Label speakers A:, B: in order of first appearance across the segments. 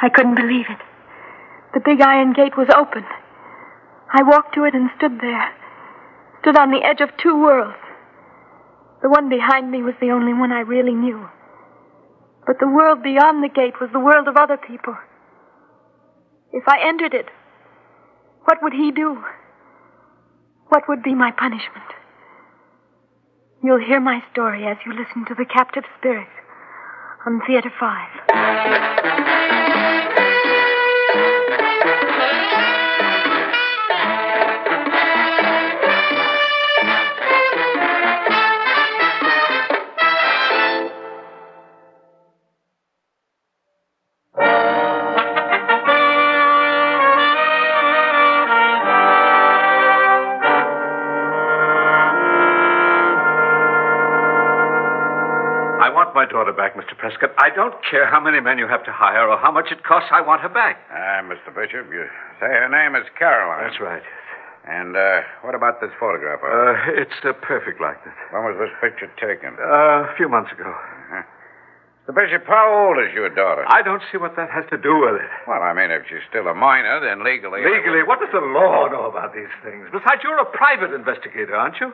A: I couldn't believe it. The big iron gate was open. I walked to it and stood there. Stood on the edge of two worlds. The one behind me was the only one I really knew. But the world beyond the gate was the world of other people. If I entered it, what would he do? What would be my punishment? You'll hear my story as you listen to The Captive Spirit on Theater 5.
B: I want my daughter back, Mr. Prescott. I don't care how many men you have to hire or how much it costs. I want her back.
C: Ah, Mr. Bishop, you say her name is Caroline.
B: That's right.
C: And uh, what about this photograph? of her?
B: Uh, it's uh, perfect like this.
C: when was this picture taken?
B: Uh, a few months ago.
C: Huh? Mr. Bishop, how old is your daughter?
B: I don't see what that has to do with it.
C: Well, I mean, if she's still a minor, then legally.
B: Legally, what does the law know about these things? Besides, you're a private investigator, aren't you?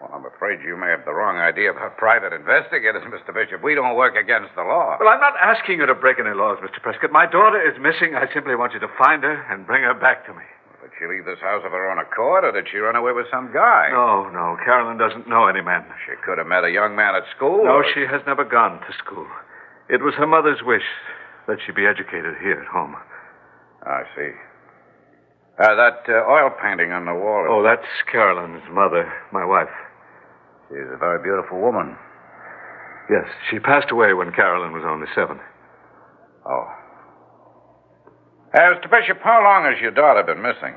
C: Well, I'm afraid you may have the wrong idea about private investigators, Mr. Bishop. We don't work against the law.
B: Well, I'm not asking you to break any laws, Mr. Prescott. My daughter is missing. I simply want you to find her and bring her back to me.
C: Did she leave this house of her own accord, or did she run away with some guy?
B: No, no. Carolyn doesn't know any man.
C: She could have met a young man at school.
B: No,
C: or-
B: she has never gone to school. It was her mother's wish that she be educated here at home.
C: I see. Uh, that uh, oil painting on the wall.
B: Oh, that's Carolyn's mother, my wife.
C: She's a very beautiful woman.
B: Yes, she passed away when Carolyn was only seven.
C: Oh. Uh, Mr. Bishop, how long has your daughter been missing?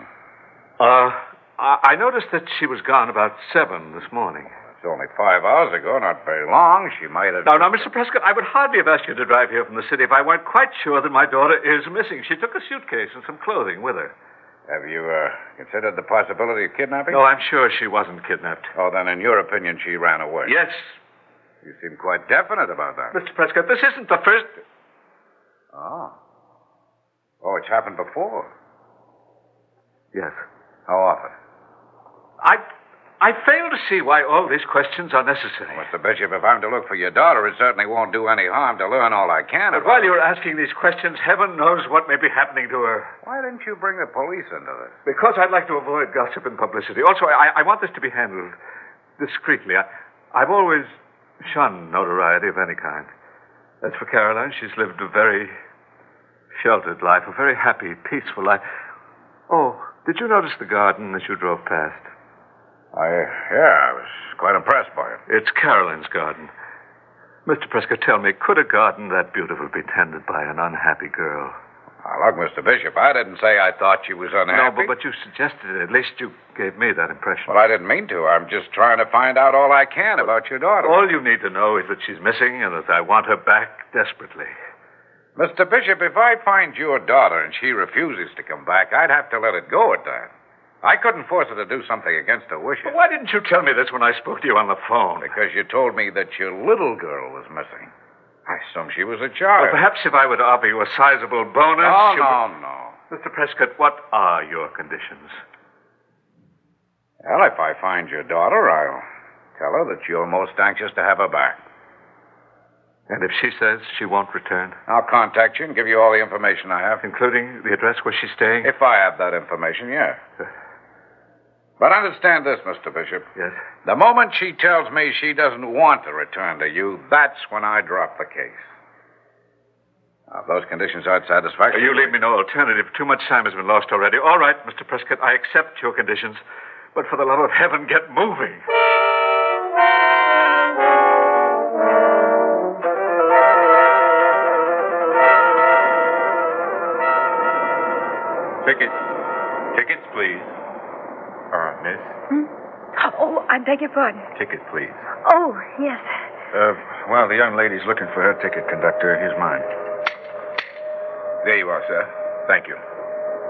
B: Uh, I I noticed that she was gone about seven this morning.
C: It's only five hours ago, not very long. She might have.
B: Now, now, Mr. Prescott, I would hardly have asked you to drive here from the city if I weren't quite sure that my daughter is missing. She took a suitcase and some clothing with her.
C: Have you uh, considered the possibility of kidnapping?
B: No, I'm sure she wasn't kidnapped.
C: Oh, then, in your opinion, she ran away.
B: Yes.
C: You seem quite definite about that.
B: Mr. Prescott, this isn't the first.
C: Oh. Oh, it's happened before.
B: Yes.
C: How often?
B: I. I fail to see why all these questions are necessary.
C: Mr. Bishop, if I'm to look for your daughter, it certainly won't do any harm to learn all I can.
B: But while
C: about her.
B: you're asking these questions, heaven knows what may be happening to her.
C: Why didn't you bring the police into this?
B: Because I'd like to avoid gossip and publicity. Also, I, I want this to be handled discreetly. I, I've always shunned notoriety of any kind. As for Caroline, she's lived a very sheltered life, a very happy, peaceful life. Oh, did you notice the garden as you drove past?
C: I, yeah, I was quite impressed by it.
B: It's Caroline's garden. Mr. Prescott, tell me, could a garden that beautiful be tended by an unhappy girl?
C: Now, look, Mr. Bishop, I didn't say I thought she was
B: No,
C: unhappy.
B: but, but you suggested it. At least you gave me that impression.
C: Well, I didn't mean to. I'm just trying to find out all I can about your daughter.
B: All you need to know is that she's missing and that I want her back desperately.
C: Mr. Bishop, if I find your daughter and she refuses to come back, I'd have to let it go at that. I couldn't force her to do something against her wishes.
B: But why didn't you tell me this when I spoke to you on the phone?
C: Because you told me that your little girl was missing. I assume she was a
B: Well,
C: child.
B: perhaps if I were to offer you a sizable bonus.
C: no,
B: you
C: no, no.
B: would- Mr. Prescott, what are your conditions?
C: Well, if I find your daughter, I'll tell her that you're most anxious to have her back.
B: And if she says she won't return,
C: I'll contact you and give you all the information I have.
B: including the address where she's staying?
C: If I have that information, yeah. But understand this, Mr. Bishop.
B: Yes.
C: The moment she tells me she doesn't want to return to you, that's when I drop the case. Now, if those conditions aren't satisfactory.
B: You leave me no alternative. Too much time has been lost already. All right, Mr. Prescott, I accept your conditions. But for the love of heaven, get moving.
D: Tickets. Tickets, please. Uh, miss,
A: Hmm? Oh, I beg your pardon.
D: ticket, please.
A: Oh, yes.
D: Uh, well, the young lady's looking for her ticket, conductor. Here's mine. There you are, sir. Thank you.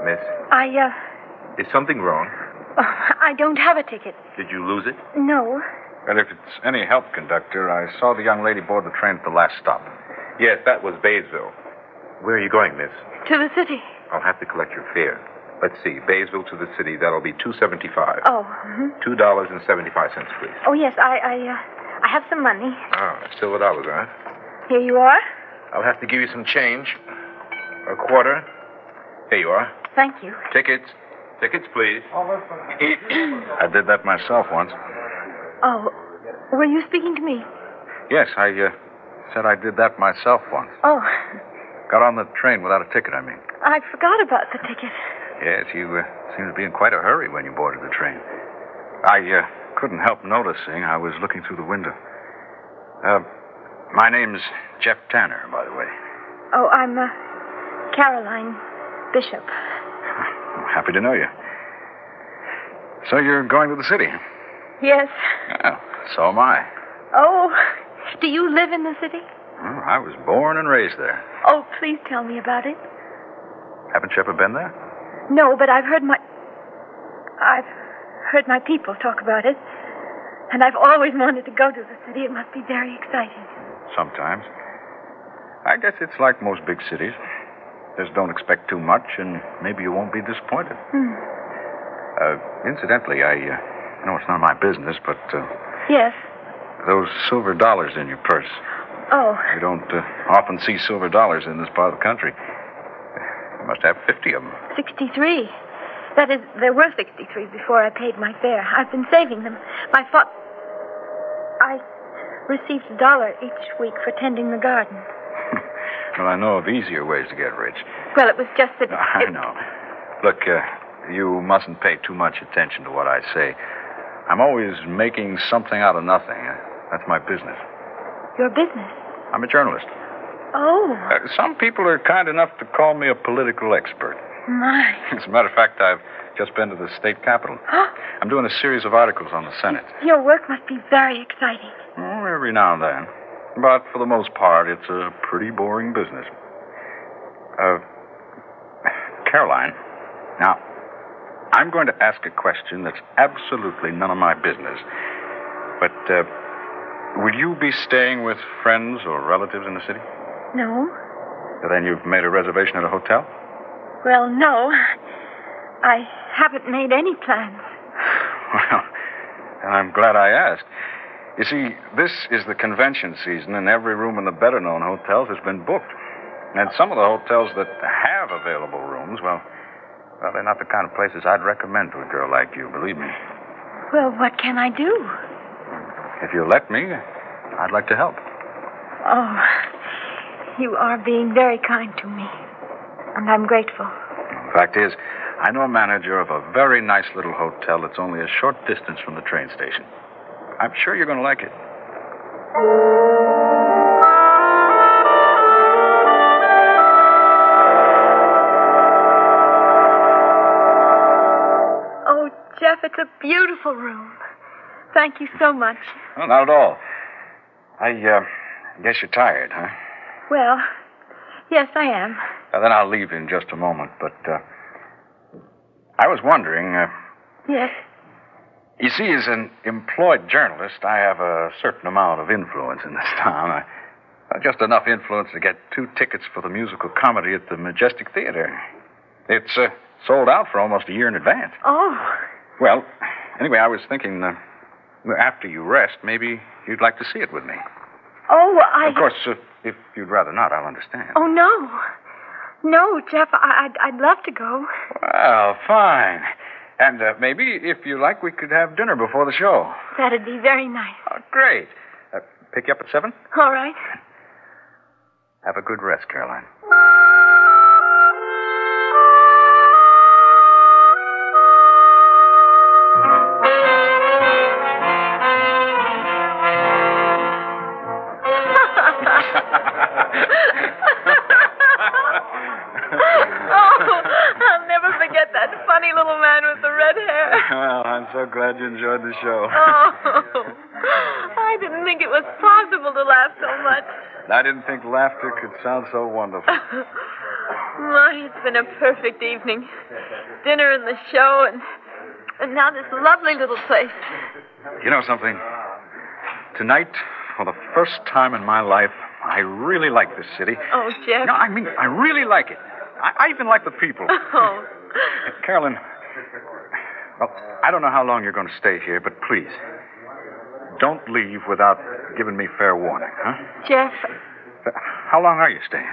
D: Miss,
A: I, uh,
D: is something wrong?
A: oh, I don't have a ticket.
D: Did you lose it?
A: No.
D: Well, if it's any help, conductor, I saw the young lady board the train at the last stop. Yes, that was Baysville.
C: Where are you going, miss?
A: To the city.
C: I'll have to collect your fare. Let's see, Baysville to the city, that'll be two seventy-five.
A: Oh. mhm.
C: Two dollars and seventy-five cents, please.
A: Oh, yes, I, I, uh, I have some money.
C: Ah, silver dollars, huh?
A: Here you are.
C: I'll have to give you some change. A quarter. Here you are.
A: Thank you.
C: Tickets. Tickets, please. I did that myself once.
A: Oh, were you speaking to me?
C: Yes, I uh, said I did that myself once.
A: Oh,
C: Got on the train without a ticket, I mean.
A: I forgot about the ticket.
C: Yes, you uh, seemed to be in quite a hurry when you boarded the train. I uh, couldn't help noticing. I was looking through the window. Uh, my name's Jeff Tanner, by the way.
A: Oh, I'm uh, Caroline Bishop.
C: I'm happy to know you. So you're going to the city?
A: Yes.
C: Yeah, so am I.
A: Oh, do you live in the city?
C: Well, I was born and raised there.
A: Oh, please tell me about it.
C: Haven't you ever been there?
A: No, but I've heard my. I've heard my people talk about it. And I've always wanted to go to the city. It must be very exciting.
C: Sometimes. I guess it's like most big cities. Just don't expect too much, and maybe you won't be disappointed. Uh, incidentally, I uh, know it's none of my business, but uh,
A: Yes.
C: those silver dollars in your purse.
A: Oh,
C: You don't uh, often see silver dollars in this part of the country. You must have 50 of them.
A: 63. That is, there were 63 before I paid my fare. I've been saving them. My fa- I received a dollar each week for tending the garden.
C: Well, I know of easier ways to get rich.
A: Well, it was just that.
C: I
A: it-
C: know. Look, uh, you mustn't pay too much attention to what I say. I'm always making something out of nothing. Uh, That's my business.
A: Your business.
C: I'm a journalist.
A: Oh,
C: Uh, some people are kind enough to call me a political expert.
A: my.
C: As a matter of fact, I've just been to the state capitol. I'm doing a series of articles on the Senate.
A: Your work must be very exciting.
C: Oh, every now and then. But for the most part, it's a pretty boring business. Uh, Caroline, now, I'm going to ask a question that's absolutely none of my business. But, uh, will you be staying with friends or relatives in the city?
A: No?
C: Then you've made a reservation at a hotel?
A: Well, no. I haven't made any plans.
C: Well, I'm glad I asked. You see, this is the convention season, and every room in the better known hotels has been booked. And some of the hotels that have available rooms, well, well, they're not the kind of places I'd recommend to a girl like you, believe me.
A: Well, what can I do?
C: If you'll let me, I'd like to help.
A: Oh, you are being very kind to me. And I'm grateful.
C: The fact is, I know a manager of a very nice little hotel that's only a short distance from the train station. I'm sure you're going to like it.
A: Oh, Jeff, it's a beautiful room. Thank you so much.
C: Well, not at all. I uh, guess you're tired, huh?
A: Well, yes, I am.
C: Uh, then I'll leave in just a moment, but uh, I was wondering. Uh,
A: Yes.
C: you see, as an employed journalist, I have a certain amount of influence in this town. I, uh, just enough influence to get two tickets for the musical comedy at the Majestic Theater. It's uh, sold out for almost a year in advance.
A: Oh,
C: Well, anyway, I was thinking uh, after you rest, maybe you'd like to see it with me.
A: oh, I.
C: Of course, uh, if you'd rather not, I'll understand.
A: Oh, no. No, Jeff, I, I'd, I'd love to go.
C: Well, fine. And uh, maybe, if you like, we could have dinner before the show.
A: That'd be very nice.
C: Oh, great. Uh, pick you up at 7?
A: All right.
C: Have a good rest, Caroline.
A: Oh, I'll never forget that funny little man with the red hair.
C: Well, I'm so glad you enjoyed the show.
A: Oh, I didn't think it was possible to laugh so much.
C: I didn't think laughter could sound so wonderful.
A: My, Oh, it's been a perfect evening. Dinner and the show, and and now this lovely little place.
C: You know something? Tonight, for the first time in my life, I really like this city.
A: Oh, Jeff.
C: No, I mean, I really like it. I, I even like the people.
A: Oh.
C: Carolyn, well, I don't know how long you're going to stay here, but please, don't leave without giving me fair warning, huh?
A: Jeff,
C: How long are you staying?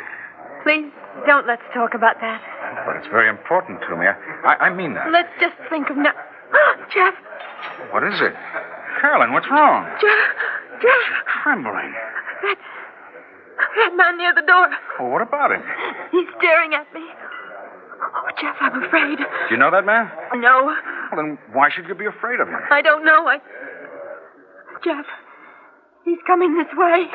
A: please don't let's talk about that.
C: But it's very important to me. I, I, I mean that.
A: Let's just think of no. Jeff,
C: What is it? Carolyn, what's wrong?
A: Jeff, Jeff,
C: Trembling.
A: that man near the door.
C: Well, what about him?
A: He's staring at me. Oh, Jeff, I'm afraid.
C: Do you know that man?
A: No,
C: Well, then why should you be afraid of him?
A: I don't know. I. Jeff, he's coming this way.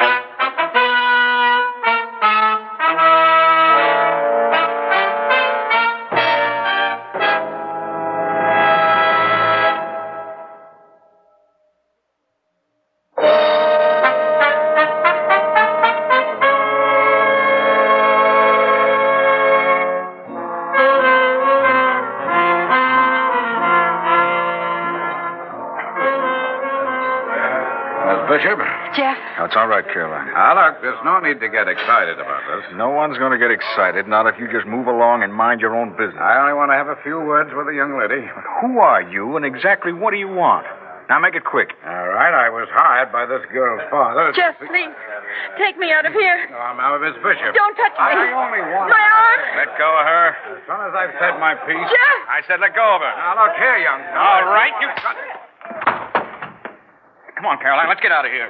E: Miss Bishop?
A: Jeff,
C: No, it's all right, Caroline.
E: Now, Ah, look, there's no need to get excited about this.
C: No one's going to get excited, not if you just move along and mind your own business.
E: I only want to have a few words with the young lady.
C: Who are you, and exactly what do you want? Now make it quick.
E: All right, I was hired by this girl's father. to-
A: Jeff, please take me out of here.
E: No, I'm out of Miss Bishop.
A: Don't touch me.
E: I only want.
A: My arm.
C: Let go of her.
E: As soon as I've said my piece.
A: Jeff,
C: I said let go of her.
E: Now, look here, young.
C: All right, you. Come on, Caroline, let's get out of here.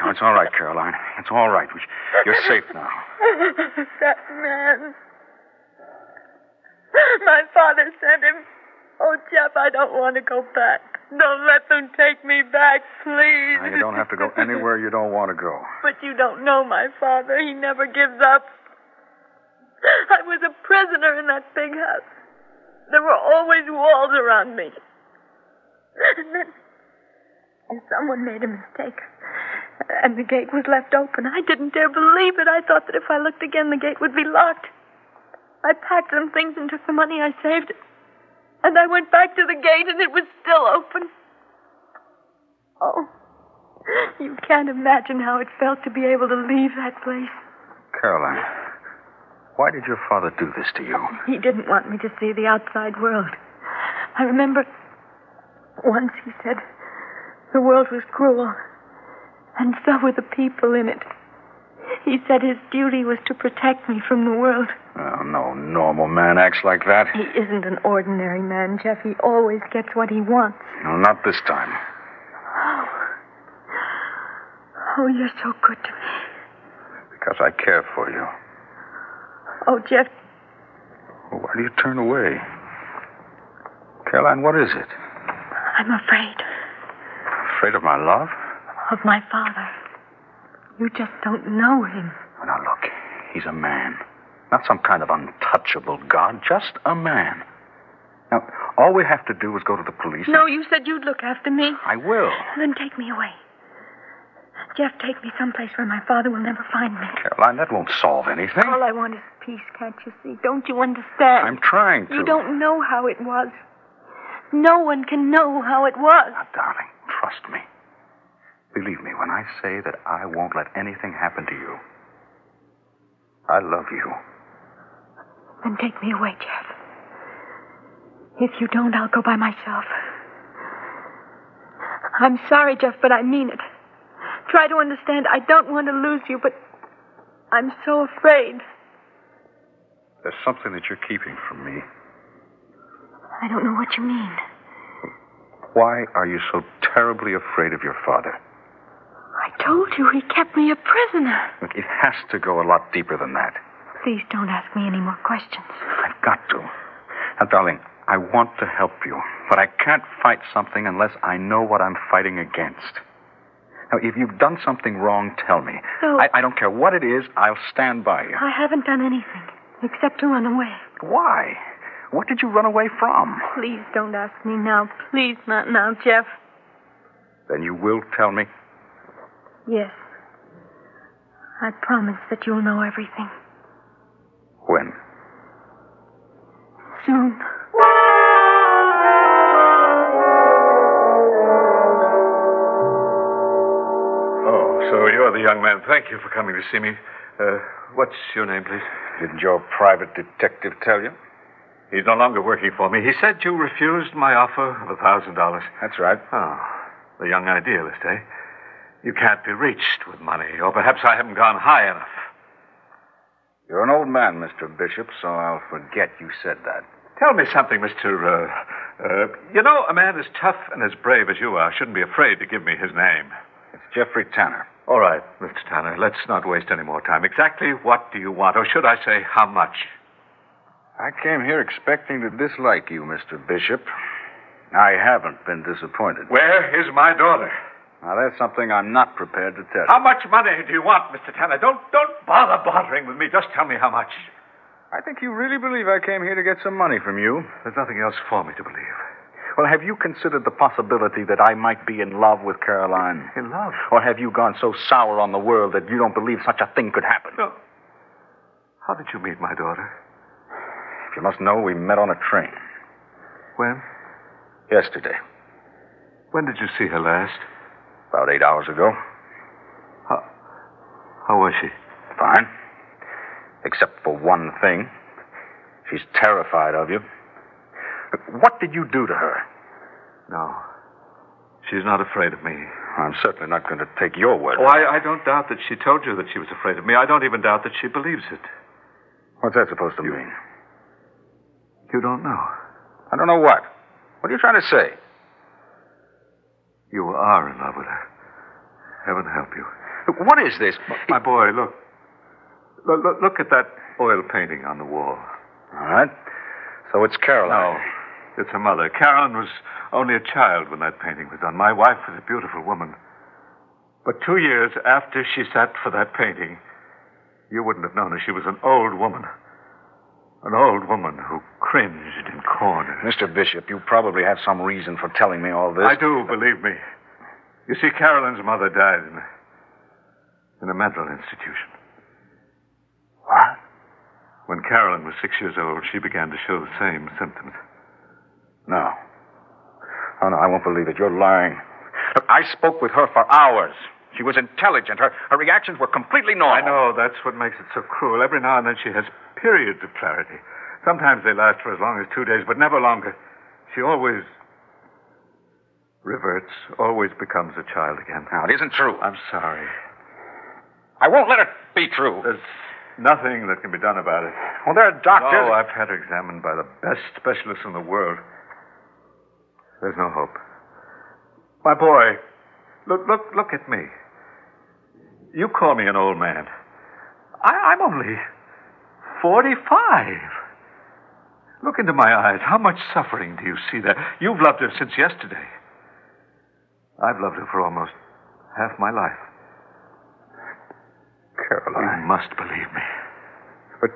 C: No, it's all right, Caroline. It's all right. We- You're safe now.
A: that man. My father sent him. Oh, Jeff, I don't want to go back. Don't let them take me back, please.
C: Now, you don't have to go anywhere you don't want to go.
A: But you don't know my father. He never gives up. I was a prisoner in that big house. There were always walls around me. And then and someone made a mistake. And the gate was left open. I didn't dare believe it. I thought that if I looked again, the gate would be locked. I packed some things and took the money I saved. And I went back to the gate and it was still open. Oh. You can't imagine how it felt to be able to leave that place.
C: Caroline, why did your father do this to you?
A: He didn't want me to see the outside world. I remember once he said the world was cruel, and so were the people in it. He said his duty was to protect me from the world.
C: Oh, no normal man acts like that.
A: He isn't an ordinary man, Jeff. He always gets what he wants.
C: No, not this time.
A: Oh. Oh, you're so good to me.
C: Because I care for you.
A: Oh, Jeff,
C: Well, Why do you turn away? Caroline, what is it?
A: I'm afraid
C: Afraid of my love?
A: of my father. You just don't know him.
C: Well, now, look, he's a man. Not some kind of untouchable god, just a man. Now, all we have to do is go to the police.
A: No, you said you'd look after me.
C: I will.
A: Then take me away. Jeff, take me someplace where my father will never find me.
C: Caroline, that won't solve anything.
A: All I want is peace, can't you see? Don't you understand?
C: I'm trying to.
A: You don't know how it was. No one can know how it was.
C: Now, Ah, darling, trust me. Believe me when I say that I won't let anything happen to you. I love you.
A: Then take me away, Jeff. If you don't, I'll go by myself. I'm sorry, Jeff, but I mean it. Try to understand. I don't want to lose you, but I'm so afraid.
C: There's something that you're keeping from me.
A: I don't know what you mean.
C: Why are you so terribly afraid of your father?
A: I told you he kept me a prisoner.
C: Look, it has to go a lot deeper than that.
A: Please don't ask me any more questions.
C: I've got to. Now, darling, I want to help you, but I can't fight something unless I know what I'm fighting against. Now, if you've done something wrong, tell me.
A: No.
C: I, I don't care what it is, I'll stand by you.
A: I haven't done anything except to run away.
C: Why? What did you run away from?
A: Please don't ask me now. Please not now, Jeff.
C: Then you will tell me.
A: Yes. I promise that you'll know everything
C: When?
A: soon.
B: Oh, So you're the young man. Thank you for coming to see me. Uh, what's your name, please?
C: Didn't your private detective tell you?
B: He's no longer working for me. He said you refused my offer of a thousand dollars.
C: That's right.
B: Oh, the young idealist, eh? You can't be reached with money, or perhaps I haven't gone high enough.
C: You're an old man, Mr. Bishop, so I'll forget you said that.
B: Tell me something, Mr. Uh, uh, you know, a man as tough and as brave as you are shouldn't be afraid to give me his name.
C: It's Jeffrey Tanner.
B: All right, Mr. Tanner, let's not waste any more time. Exactly what do you want, or should I say, how much?
C: I came here expecting to dislike you, Mr. Bishop. I haven't been disappointed.
B: Where is my daughter?
C: Now, that's something I'm not prepared to tell
B: How much money do you want, Mr. Tanner? Don't, don't bother bothering with me. Just tell me how much.
C: you. I think you really believe I came here to get some money from you.
B: There's nothing else for me to believe.
C: Well, have you considered the possibility that I might be in love with Caroline?
B: In love?
C: Or have you gone so sour on the world that you don't believe such a thing could happen?
B: No. How did you meet my daughter?
C: You must know we met on a train
B: When?
C: yesterday,
B: When did you see her last?
C: about eight hours ago.
B: How, how was she?
C: Fine. Except for one thing. She's terrified of you. What did you do to her?
B: No. She's not afraid of me.
C: I'm certainly not going to take your word.
B: Oh, I, I don't doubt that she told you that she was afraid of me. I don't even doubt that she believes it.
C: What's that supposed to mean?
B: You don't know.
C: I don't know what. What are you trying to say?
B: You are in love with her. Heaven help you.
C: What is this?
B: My boy, look. Look, look, look at that oil painting on the wall.
C: All right. So it's Caroline.
B: No, it's her mother. Karen was only a child when that painting was done. My wife was a beautiful woman. But two years after she sat for that painting, you wouldn't have known her. She was an old woman. An old woman who cringed in corners.
C: Mr. Bishop, you probably have some reason for telling me all this.
B: I do, believe me. You see, Carolyn's mother died in, in a mental institution.
C: What?
B: When Carolyn was six years old, she began to show the same symptoms.
C: Oh. No. Oh, no, I won't believe it. You're lying. Look, I spoke with her for hours. She was intelligent. Her, her reactions were completely normal.
B: I know, that's what makes it so cruel. Every now and then she has periods of clarity. Sometimes they last for as long as two days, but never longer. She always reverts, always becomes a child again.
C: Now, it isn't true.
B: I'm sorry.
C: I won't let it be true.
B: There's nothing that can be done about it.
C: Well, there are doctors.
B: No, I've had her examined by the best specialists in the world. There's no hope. My boy, look, look, look at me. You call me an old man. I, I'm only 45. Look into my eyes. How much suffering do you see there? You've loved her since yesterday. I've loved her for almost half my life.
C: Caroline.
B: You must believe me.
C: But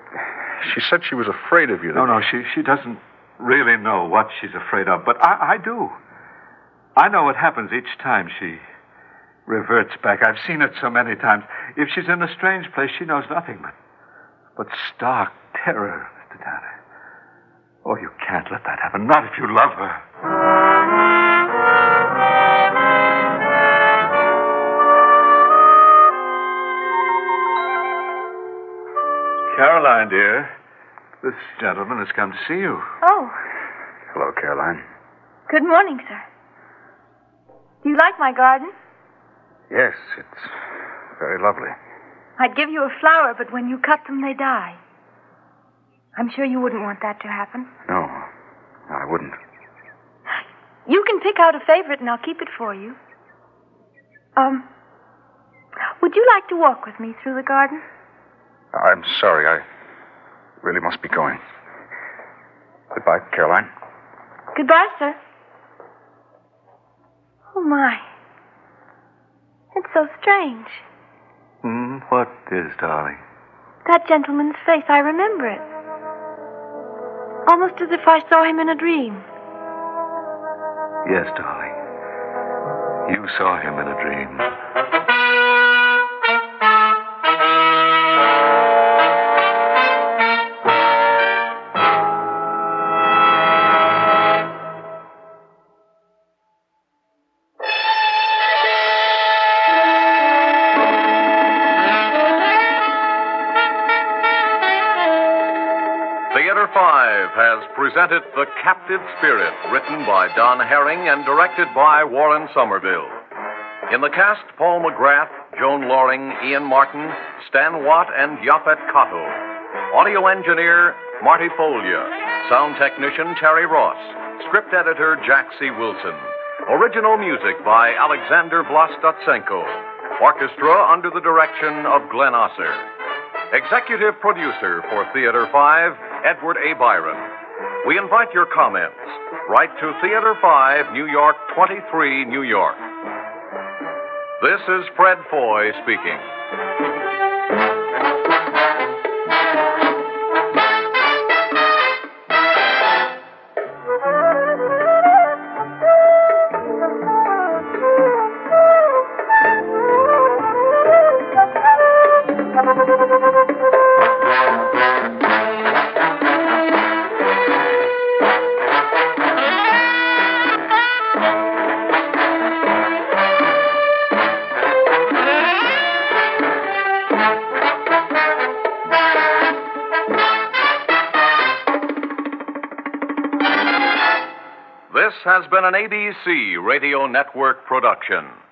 C: she said she was afraid of you.
B: No, no, she, she doesn't really know what she's afraid of, but I, I do. I know what happens each time she reverts back. I've seen it so many times. If she's in a strange place, she knows nothing but, but stark terror, Mr. Tanner. Oh, you can't let that happen. Not if you love her. Caroline, dear, this gentleman has come to see you.
A: Oh,
C: Hello, Caroline.
A: good morning, sir. Do you like my garden?
C: Yes, it's very lovely.
A: I'd give you a flower, but when you cut them, they die. I'm sure you wouldn't want that to happen.
C: No, I wouldn't.
A: You can pick out a favorite, and I'll keep it for you. Um, would you like to walk with me through the garden?
C: I'm sorry. I really must be going. Goodbye, Caroline.
A: Goodbye, sir. Oh, my. It's so strange.
B: Hmm, what is, darling?
A: That gentleman's face, I remember it. Almost as if I saw him in a dream.
B: Yes, darling. You saw him in a dream.
F: 5 has presented The Captive Spirit, written by Don Herring and directed by Warren Somerville. In the cast, Paul McGrath, Joan Loring, Ian Martin, Stan Watt, and Yaphet Kotto. Audio engineer, Marty Folia. Sound technician, Terry Ross. Script editor, Jack C. Wilson. Original music by Alexander Vlastotsenko. Orchestra under the direction of Glenn Osser. Executive producer for Theater 5, Edward A. Byron. We invite your comments. Write to Theater 5, New York 23, New York. This is Fred Foy speaking. This has been an ABC Radio Network production.